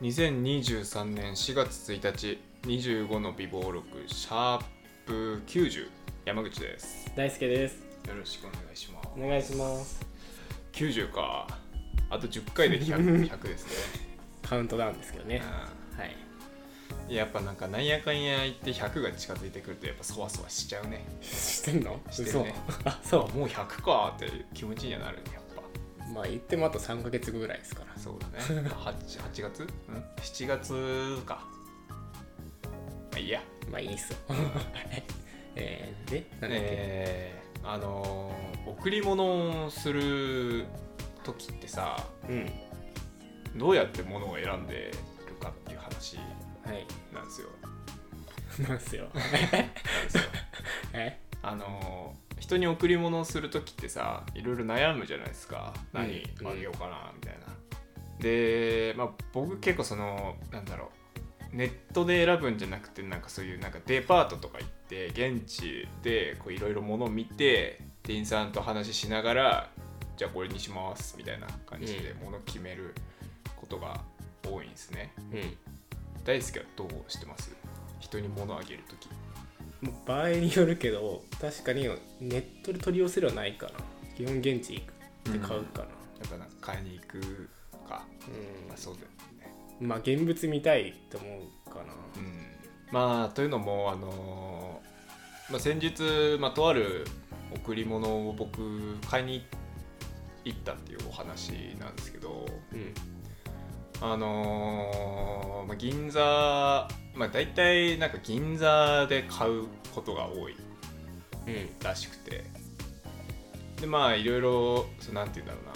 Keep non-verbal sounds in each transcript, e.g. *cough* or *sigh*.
2023年4月1日25の美貌録シャープ90山口です大輔ですよろしくお願いしますお願いします90かあと10回で *laughs* 100, 100ですねカウントダウンですけどねはいうんやっぱなんかなんやかんや言って100が近づいてくるとやっぱそわそわしちゃうねしてんのしてるね嘘あそもう100かっていう気持ちにはなるねやっぱうまあ言ってもあと3ヶ月後ぐらいですからそうだ *laughs* ね 8, 8月、うん、7月かまあいいやまあいいっ *laughs* すよえー、でなんだっけ、えーあのー贈り物をする時ってさどうやって物を選んでるかっていう話うんはい *laughs* なんですよ。なんすよなんですよはいあのー人に贈り物をする時ってさいろいろ悩むじゃないですかうん何あげようかなみたいな。で、まあ、僕結構そのなんだろうネットで選ぶんじゃなくてなんかそういうなんかデパートとか行って現地でこういろいろ物を見て店員さんと話ししながらじゃあこれにしますみたいな感じでう物を決めることが多いんですね。うん大輔はどうしてます人に物をあげる時もう場合によるけど確かにネットで取り寄せるはないかな基本現地行くって買うかなやっぱなんか買いに行くか、うん、まあ、そうだよね。まあ現物見たいと思うかなうん、まあというのも、あのーまあ、先日、まあ、とある贈り物を僕買いに行ったっていうお話なんですけど、うんあのーまあ、銀座、まあ、大体なんか銀座で買うことが多いうんらしくてでまあいろいろそうなんて言うんだろう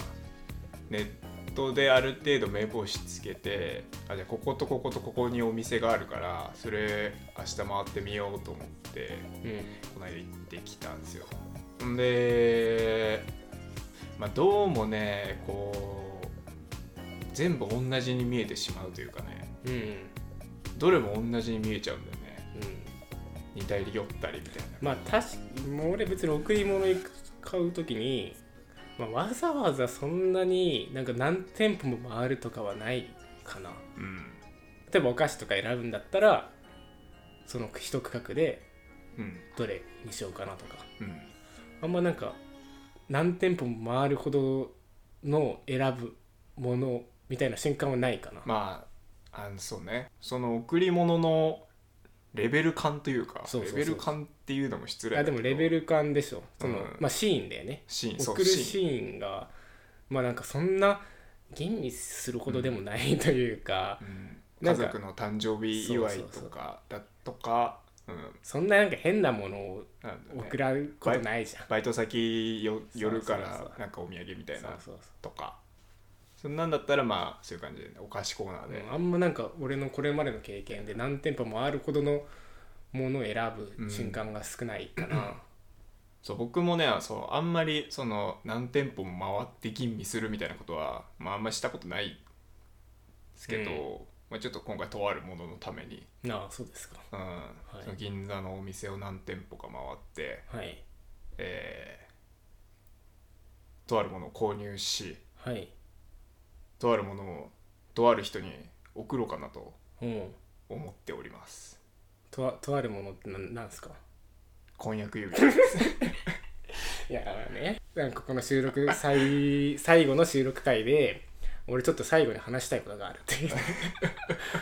なネットである程度目星つけてあじゃあこことこことここにお店があるからそれ明日回ってみようと思ってうんこの間行ってきたんですよんで、まあ、どうもねこう全部同じに見えてしまうというかねうんうんどれも同じに見えちゃうんだよね似たり寄ったりみたいなまあ確かもう俺別に贈り物買う時に、まあ、わざわざそんなになんか何店舗も回るとかはないかなうん例えばお菓子とか選ぶんだったらその一区画でうんどれにしようかなとかうんあんまなんか何店舗も回るほどの選ぶものみたいな瞬間はないかな、まああのそうねその贈り物のレベル感というかそうそうそうレベル感っていうのも失礼あでもレベルル感でしょその、うんまあシーンだよねシーンそう送るシーンがまあなんかそんな吟味するほどでもないというか、うんな家んか族の誕生日祝いそうとそうかだとかうんそんななんか変なものをなんだね送られることないじゃん、バイト先よ寄るかそうそうらそうなんかお土産みたいそうなそうそとかそんなんだったらまあそういう感じでねお菓子コーナーう、でうんあんまなんか俺のこれまでの経験で何店舗もあるほどのものを選ぶ瞬間が少ないかな、そう僕もねそうあんまりその何店舗も回って吟味するみたいなことは、まあ、あんまりしたことないですけど、うまあ、ちょっと今回とあるもののために、ああそうですかうんいその銀座のお店を何店舗か回って、はいえーとあるものを購入しはいとあるものをとある人に送ろうかなとうん思っておりますとあとあるものってなんなんすか婚約指輪 *laughs* いやだからねなんかこの収録最最後の収録回で俺ちょっと最後に話したいことがあるっていう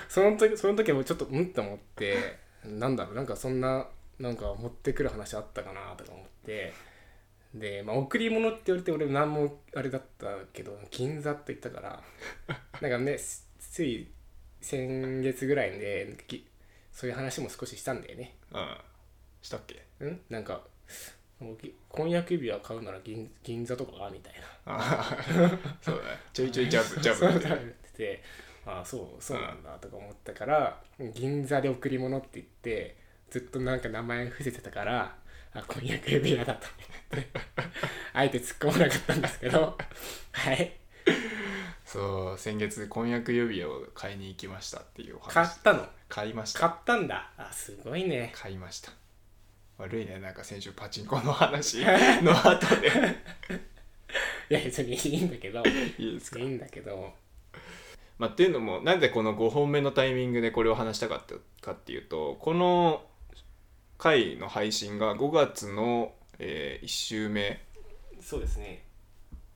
その時その時もちょっとうんと思ってなんだろうなんかそんななんか持ってくる話あったかなとか思ってでまあ贈り物って言われて俺何もあれだったけど銀座って言ったからなんかねつつい先月ぐらいでぎそういう話も少ししたんだよねうんしたっけ *laughs* んなんかもうぎ婚約指輪買うなら銀銀座とかがみたいなあーそうだねちょいちょいジャブジャブそうみたいだねな言っててああそうそうなんだとか思ったから、銀座で贈り物って言ってずっとなんか名前伏せてたからあ婚約指輪だと思 *laughs* ってあえて突っ込まなかったんですけどはいそう先月婚約指輪を買いに行きましたっていうお買っ話たの買いました買ったんだあすごいね買いました悪いねなんか先週パチンコの話の後で *laughs* いや別にいいんだけどいいですかいいんだけどまあ、っていうのもなんでこの5本目のタイミングでこれを話したかったかっていうとこの回の配信が5月の、え1週目、そうですね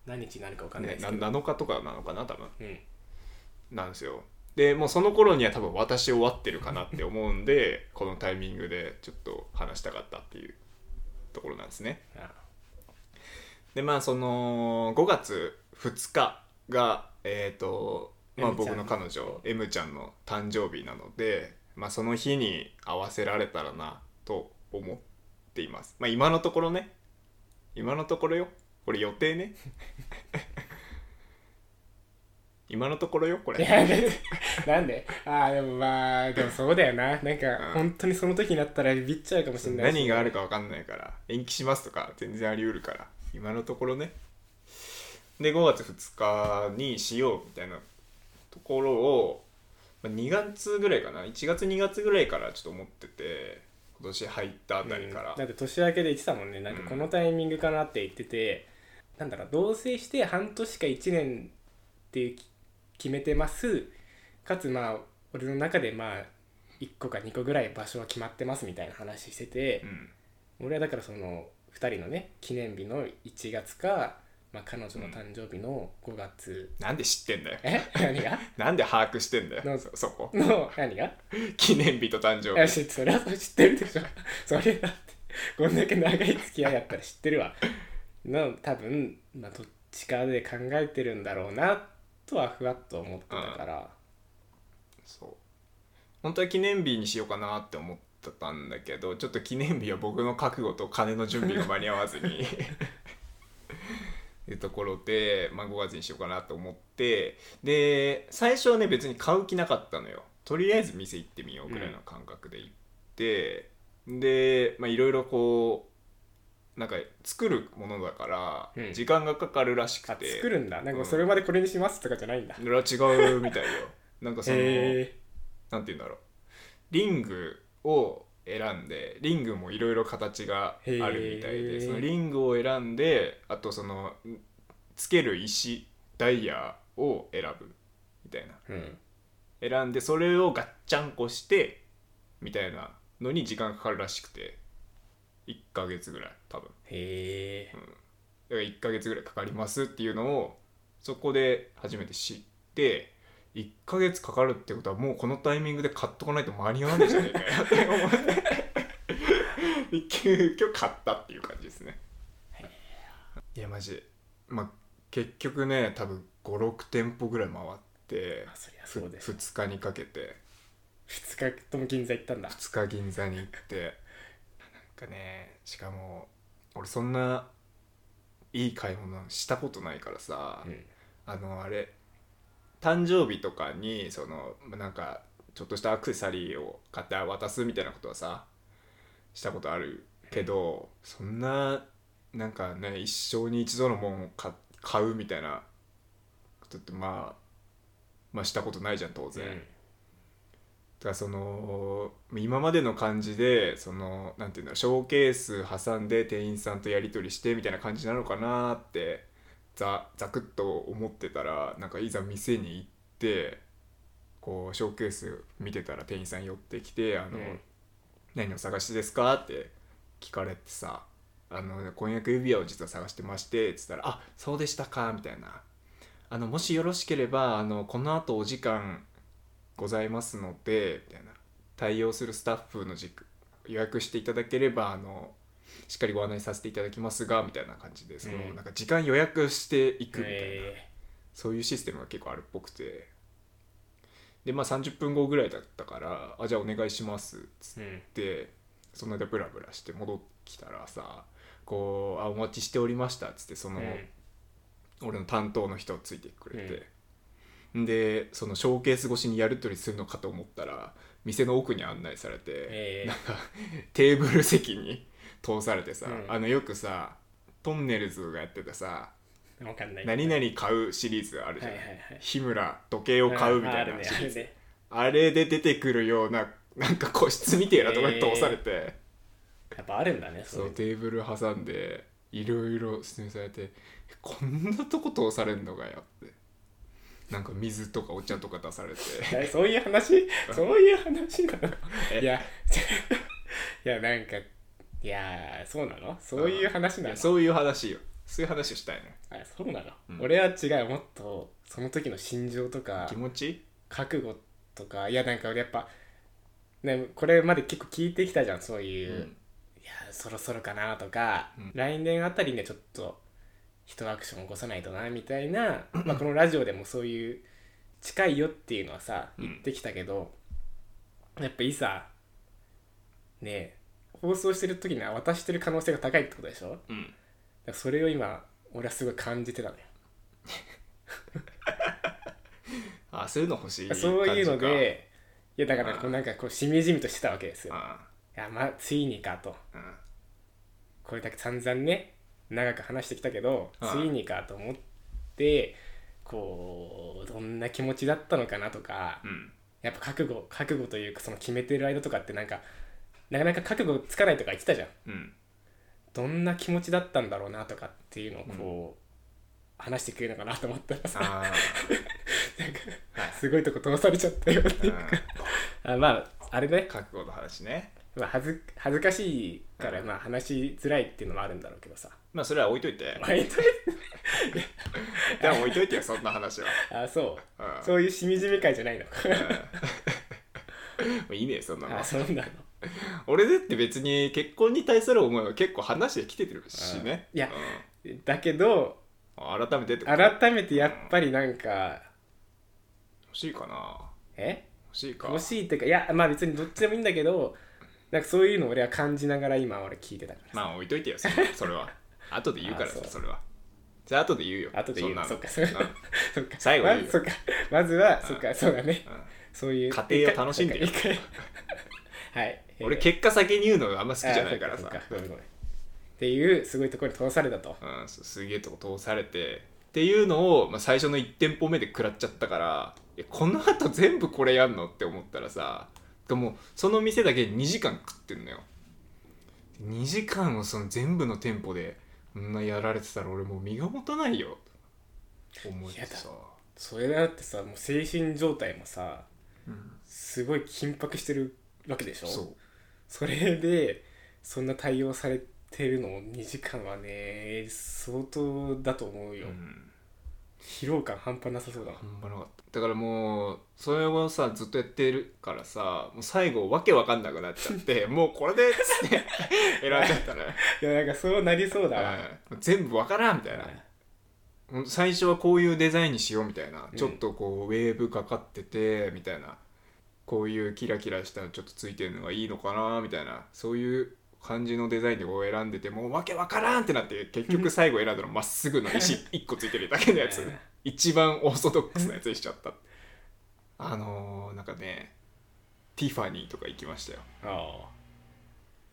何日になるか分かんないね、ですなけど、 7日とかなのかな多分うんなんですよでもうその頃には多分私終わってるかなって思うんで *laughs* このタイミングでちょっと話したかったっていうところなんですねあでまあその5月2日がえっ、と、まあ、 M ち僕ゃんの彼女 M ちゃんの誕生日なので、まあ、その日に合わせられたらなと思っていますまあ今のところね今のところよこれ予定 *laughs* ね今のところよこいれやで *laughs* なんでああでもまあでもそうだよななんか本当にその時になったらビビっちゃうかもしれないし何があるか分かんないから延期しますとか全然あり得るから今のところねで5月2日にしようみたいなところを2月ぐらいかな1月2月ぐらいからちょっと思ってて今年入ったあたりから、うんだって年明けで言ってたもんねなんかこのタイミングかなって言ってて、なんだろう同棲して半年か1年っていうき決めてますかつまあ俺の中でまあ1個か2個ぐらい場所は決まってますみたいな話しててう、ん俺はだからその2人のね記念日の1月か、まあ、彼女の誕生日の5月、なんで知ってんだよえ何がなんで把握してんだなよんそそこの何が記念日と誕生いや日知ってそれは知ってるでしょそれだってこんだけ長い付き合いやったら知ってるわの多分、まあ、どっちかで考えてるんだろうなとはふわっと思ってたから、そう本当は記念日にしようかなって思ってたんだけどちょっと記念日は僕の覚悟と金の準備が間に合わずに *laughs* いうところで、まあ、5月にしようかなと思ってで最初はね別に買う気なかったのよとりあえず店行ってみようぐらいの感覚で行って、でまあいろいろこうなんか作るものだからうん時間がかかるらしくあて、作るんだなんうかんそれまでこれにしますとかじゃないんだ、いや違うみたいよなんかそのへなんて言うんだろうリングを選んでリングもいろいろ形があるみたいへでーそのリングを選んであとそのんつける石ダイヤを選ぶみたいなえうん選んでそれをガッチャンコしてみたいなのに時間かかるらしくて1ヶ月ぐらい多分へえだから1ヶ月ぐらいかかりますっていうのをそこで初めて知って1ヶ月かかるってことはもうこのタイミングで買っとかないと間に合わないじゃねえかよって思って *laughs* 急遽買ったっていう感じですねいやマジまあ結局ね多分56店舗ぐらい回ってあそりゃそうです2日にかけて2日とも銀座行ったんだ2日銀座に行ってなんかねしかも俺そんないい買い物したことないからさ、うんあのあれ誕生日とかにそのまなんかちょっとしたアクセサリーを買って渡すみたいなことはさしたことあるけど、そんななんかね一生に一度のもんを買買うみたいなことってまあまあしたことないじゃん当然。だからその今までの感じでそのなんていうんだろうショーケース挟んで店員さんとやり取りしてみたいな感じなのかなってざざくっと思ってたらなんかいざ店に行ってこうショーケース見てたら店員さん寄ってきて「あのうん何を探しですか?」って聞かれてさ「あの婚約指輪を実は探してまして」っつったら「あそうでしたか」みたいな。あのもしよろしければあのこの後お時間ございますのでみたいな対応するスタッフの時予約していただければあのしっかりご案内させていただきますがみたいな感じでその、うんなんか時間予約していくみたいな、へそういうシステムが結構あるっぽくてでまあ30分後ぐらいだったから「あじゃあお願いします」っつってえうんでそんなでブラブラして戻ってきたらさこう「あお待ちしておりました」っつってその、うん俺の担当の人ついてくれて、ん、でそのショーケース越しにやり取りするのかと思ったら店の奥に案内されて、ええなんかテーブル席に通されてさ、うんあのよくさトンネルズがやってたさわかんない何々買うシリーズあるじゃん、はいはいはい日村時計を買うみたああいるなねシあリーるズねあ,、れで出てくるようななんか個室みてえなとこに通されて。やっぱあるんだねそそううテーブル挟んでいろいろ質問されてこんなとこ通されんのかよってなんか水とかお茶とか出されてえそういう話そういう話なのえいや *laughs* いやなんかいやーそうなのそういう話なのや *laughs* そういう話よそういう話をしたいねあそうなの、うん俺は違うもっとその時の心情とか気持ち覚悟とかいやなんか俺やっぱ、ね、これまで結構聞いてきたじゃんそういう、ういんやそろそろかなとか、うん来年あたりにはちょっと一アクション起こさないとなみたいな、まあ、このラジオでもそういう近いよっていうのはさうん言ってきたけど、やっぱいざねえ放送してる時には渡してる可能性が高いってことでしょだかうんらそれを今俺はすごい感じてたのよあそういうの欲しい感じかそういうのでいやだからこううんなんかこうしみじみとしてたわけですよあいやまあついにかとあうんこれだけ散々ね長く話してきたけどうんついにかと思ってこうどんな気持ちだったのかなとかうんやっぱ覚悟覚悟というかその決めてる間とかってなんかなかなか覚悟つかないとか言ってたじゃんうんどんな気持ちだったんだろうなとかっていうのをこう、話してくれるのかなと思ったらさああなんかはいすごいとこ通されちゃったよ *laughs* っていうか *laughs* あまああれね覚悟の話ねまあ、恥ず恥ずかしいからうんまあ話しづらいっていうのもあるんだろうけどさ。 *laughs* まあそれは置いとい *laughs* て割とでも置いといてよそんな話はあそうう。んそういうしみじみ会じゃないのか。も *laughs* ういいねそんなのあそうなの。 *laughs* 俺だって別に結婚に対する思いは結構話してきてるしねうんいやだけどうん改めてってこと改めてやっぱりなんか欲しいかなえ欲しいか欲しいっていうかいやまあ別にどっちでもいいんだけどなんかそういうの俺は感じながら今俺聞いてたからさ。まあ置いといてよそんなそれ *laughs* は後で言うからあさそうそれはじゃあ後で言うよ後で言うのそそんっなのかそっか *laughs* そっか最後に言うまよそっかまずはんそっかそうだねうんそういう家庭を楽しんでよ一回一 *laughs* 回はいうん俺結果先に言うのがあんま好きじゃないからあさそっそっごめんごめんっていうすごいところに通されたとうんそうすげえとこ通されてっていうのを、まあ、最初の1店舗目で食らっちゃったからえこのあと全部これやんのって思ったらさでもその店だけ2時間食ってんのよ2時間をその全部の店舗でこんなやられてたら俺もう身が持たないよと思ってさ、それだってさもう精神状態もさうん、すごい緊迫してるわけでしょそうそれでそんな対応されてるの2時間はね相当だと思うよ、うん疲労感半端なさそうだな半端なかっただからもうそれをさずっとやってるからさもう最後わけわかんなくなっちゃって *laughs* もうこれでっつって選んじゃった *laughs* ね、 *laughs* いやなんかそうなりそうだわ、うん全部わからんみたいな、ほんと最初はこういうデザインにしようみたいな、うんちょっとこうウェーブかかっててみたいなこういうキラキラしたのちょっとついてるのがいいのかなみたいなそういう感じのデザインでこう選んでてもうわけわからんってなって結局最後選んだのまっすぐの石1個ついてるだけのやつうん一番オーソドックスなやつにしちゃったあのー、なんかねティファニーとか行きましたよああ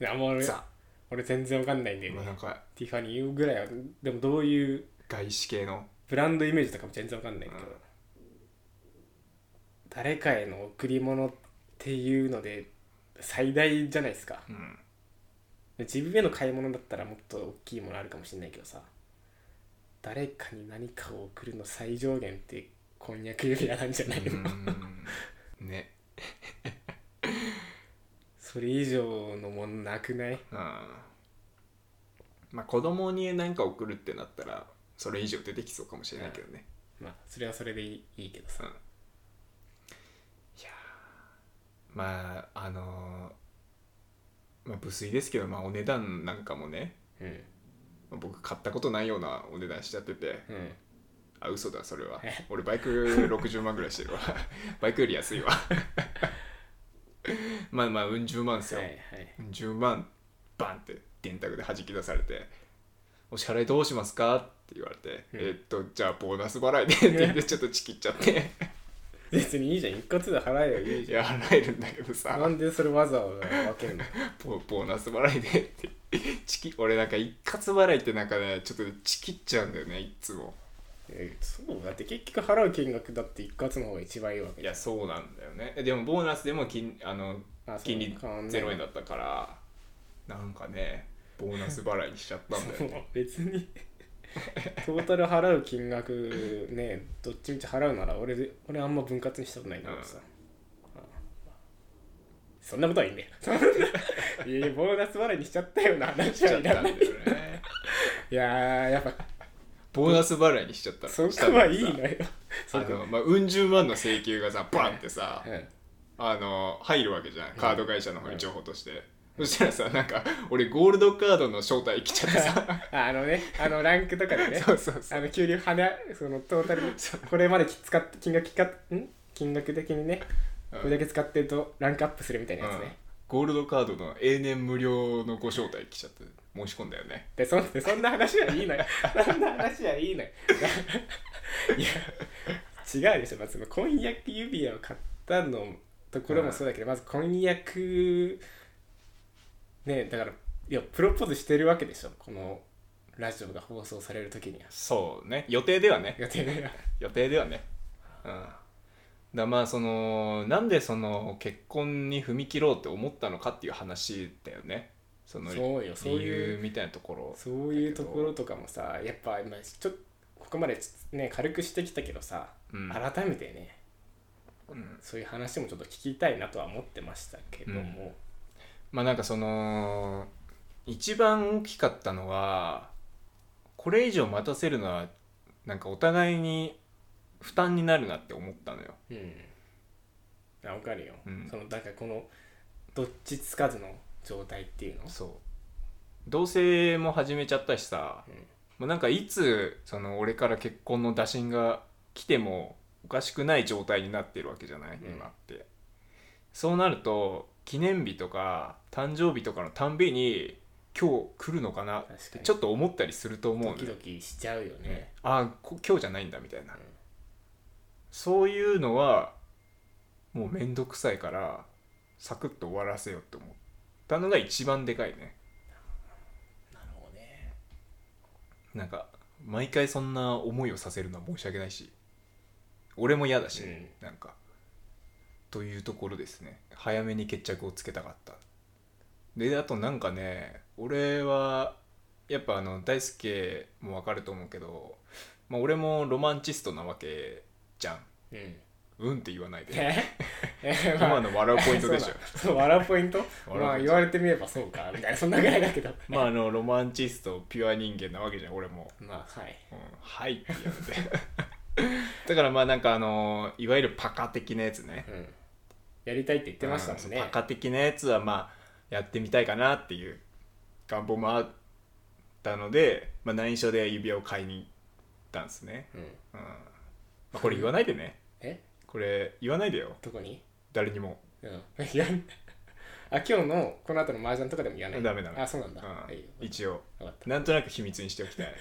いやもう俺ザ俺全然わかんないんだよね、なんかティファニーぐらいはでもどういう外資系のブランドイメージとかも全然わかんないけど、うん誰かへの贈り物っていうので最大じゃないですかうん自分への買い物だったらもっと大きいものあるかもしれないけどさ誰かに何かを贈るの最上限って婚約指輪なんじゃないの、うんねそれ以上のものなくないうんまあ子供に何か送るってなったらそれ以上出てきそうかもしれないけどね、まあそれはそれでいいいいけどうさん、いやーまああのーまあ無粋ですけど、まあ、お値段なんかもね、うんまあ僕買ったことないようなお値段しちゃっててうんあ嘘だそれはえ俺バイク60万ぐらい *laughs* してるわバイクより安いわ *laughs* まあまあうん十万ですはよ、いはい10万バンって電卓で弾き出されて「お支払いどうしますか?」って言われて「うんえっとじゃあボーナス払いで」って言ってちょっとチキっちゃって別にいいじゃん一括で払えばいいいじゃや払えるんだけどんなさんでそれわざわざ分けるのボボーナス払いでってチキ俺なんか一括払いってなんかねちょっとチキっちゃうんだよねいつもえそうだって結局払う金額だって一括の方が一番いいわけいじゃやんそうなんだよねでもボーナスでも金あのあそう金利変わんない0円だった *laughs* からなんかねボーナス払いにしちゃったんだよねそう別にトータル払う金額ねどっちみち払うなら俺で俺あんま分割にしたことないんだけどさ、うんそんなことはいいんだよそんないやボーナス払いにしちゃったよな話しちはゃっいらたんなだい *laughs* よねいやーやっぱボーナス払いにしちゃったそしたこのはいにいさのよそあこの、まあ、うん十万の請求がさバンってさ、うんあの入るわけじゃんカード会社の方に情報として、そしたらさなんか *laughs* 俺ゴールドカードの招待来ちゃってさあのね、あのランクとかでね、 *laughs* そうそうそうあの給料跳ね、そのトータル、これまでき使って金額かん金額的にね、うんこれだけ使ってるとランクアップするみたいなやつね。うんゴールドカードの永年無料のご招待来ちゃって申し込んだよねでそんで、そんな話はいい *laughs* のよ。そんな話はいいのよ。 *laughs* いや、違うでしょ、まずその婚約指輪を買ったのところもそうだけど、まず婚約、ね、だから、いや、プロポーズしてるわけでしょ、このラジオが放送される時には。そうね予定ではね予定では。予定ではねうんだまあそのなんでその結婚に踏み切ろうって思ったのかっていう話だよねそのそうよそう理いう由みたいなところそういうところとかもさやっぱ今ちょっとここまでね軽くしてきたけどさ、うん改めてねうんそういう話もちょっと聞きたいなとは思ってましたけども、まあなんかその一番大きかったのはこれ以上待たせるのはなんかお互いに負担になるなって思ったのようんあ分かるよ、うんそのだからこのどっちつかずの状態っていうのそう同棲も始めちゃったしさ、うんもうなんかいつその俺から結婚の打診が来てもおかしくない状態になってるわけじゃない、うん今ってそうなると記念日とか誕生日とかのたんびに今日来るのかなっ確かてにちょっと思ったりすると思うのドよキドキしちゃうよね、ああこ今日じゃないんだみたいな、うんそういうのはもうめんどくさいからサクッと終わらせようって思ったのが一番でかいねなるほどねなんか毎回そんな思いをさせるのは申し訳ないし俺も嫌だし、うんなんかというところですね早めに決着をつけたかったであとなんかね俺はやっぱあの大輔もわかると思うけど、まあ、俺もロマンチストなわけじゃんうんうんって言わない *laughs* でえ *laughs* えまあ今の笑うポイントでしょそうだそう笑うポイント笑うポイントまあ言われてみればそうかみたいなそんなぐらいだけどまああのロマンチストピュア人間なわけじゃん俺も、まあはいうん、はいってやってだからまあなんかあのいわゆるパカ的なやつねうんやりたいって言ってましたもんね、うんパカ的なやつはまあやってみたいかなっていう願望もあったので、まあ、内緒で指輪を買いに行ったんですね、うん、うんまあ、これ言わないでねえこれ言わないでよどこに誰にもうん *laughs* いやあ今日のこの後の麻雀とかでも言わないダメダメあそうなんだ、うんはいよ一応分かっなんとなく秘密にしておきたい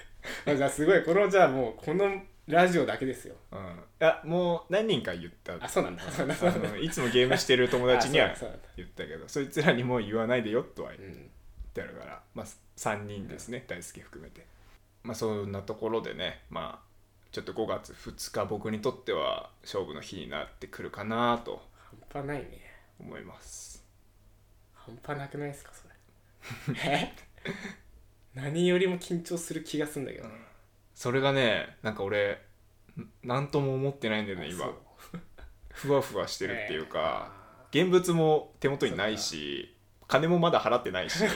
たあじゃあすごいこのじゃあもうこのラジオだけですようん、あもう何人か言ったあそうなんだそうなんだ *laughs* そうあなんだのいつもゲームしてる友達にあはそうなんだ言ったけどそいつらにも言わないでよとはう言っんてあるから、まあ、3人ですね、大輔含めてまあそんなところでねまあちょっと5月2日僕にとっては勝負の日になってくるかなと半端ないね思います半端なくないですかそれ *laughs* え何よりも緊張する気がするんだけどね、それがねなんか俺何とも思ってないんだよねあ今そうふわふわしてるっていうか、え現物も手元にないし金もまだ払ってない *laughs* しー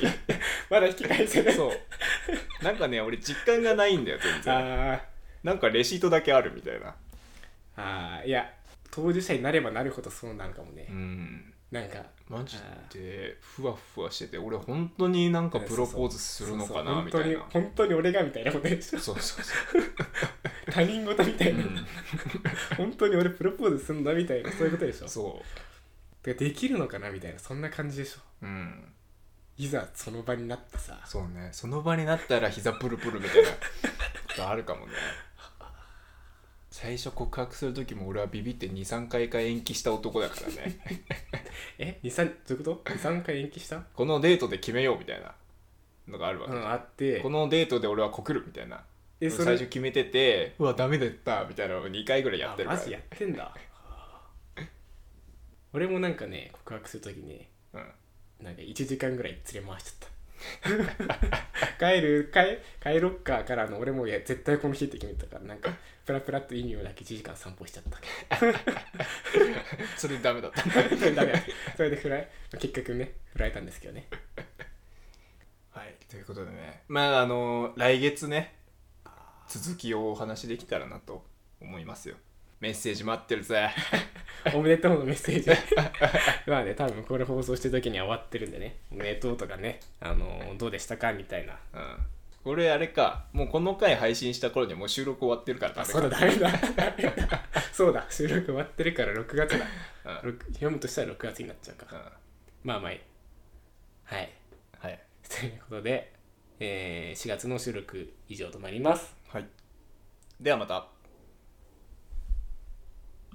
まだ引き *laughs* 返せないそう。なんかね、俺実感がないんだよ、全あ然。ーなんかレシートだけあるみたいな。あーいや当事者になればなるほどそうなるかもね、うん。なんかマジで、ふわふわしてて、俺本当になんかプロポーズするのかな、みたいなそうそう本。当に本当に俺がみたいなことで *laughs* しょそうそうそ。他人事みた *laughs* いうう *laughs* な、ん本当に俺プロポーズすんだみたいなそういうことでしょそてかできるのかなみたいなそんな感じでしょう。うん。いざその場になってさそうね。その場になったら膝プルプルみたいなことあるかもね。最初告白する時も俺はビビって23回か延期した男だからね *laughs* え二三どういうこと23回延期したこのデートで決めようみたいなのがあるわうけじゃんんあってこのデートで俺は告るみたいなえそれ最初決めててうわダメだったみたいなのを2回ぐらいやってるあからマジやってんだ俺もなんかね告白するときにうん、なんか1時間ぐらい連れ回しちゃっ帰る帰帰ろっかからの俺もいや絶対この日って決めてたからなんかプラプラっと意味をだけ1時間散歩しちゃった *laughs* そ *laughs* れダメだったそれダメだそれでフライ結局ね振られたんですけどねはいということでねまああの来月ね続きをお話できたらなと思いますよメッセージ待ってるぜ *laughs* おめでとうのメッセージまあね多分これ放送してる時には終わってるんでねおめでとうとかねあのーどうでしたかみたいなうんこれあれかもうこの回配信した頃にはもう収録終わってるからあダメそうかだダメだ *laughs* そうだ収録終わってるから6月だうんろく読むとしたら6月になっちゃうかうんまあまあいいはいはいということで、えー4月の収録以上となりますはいではまた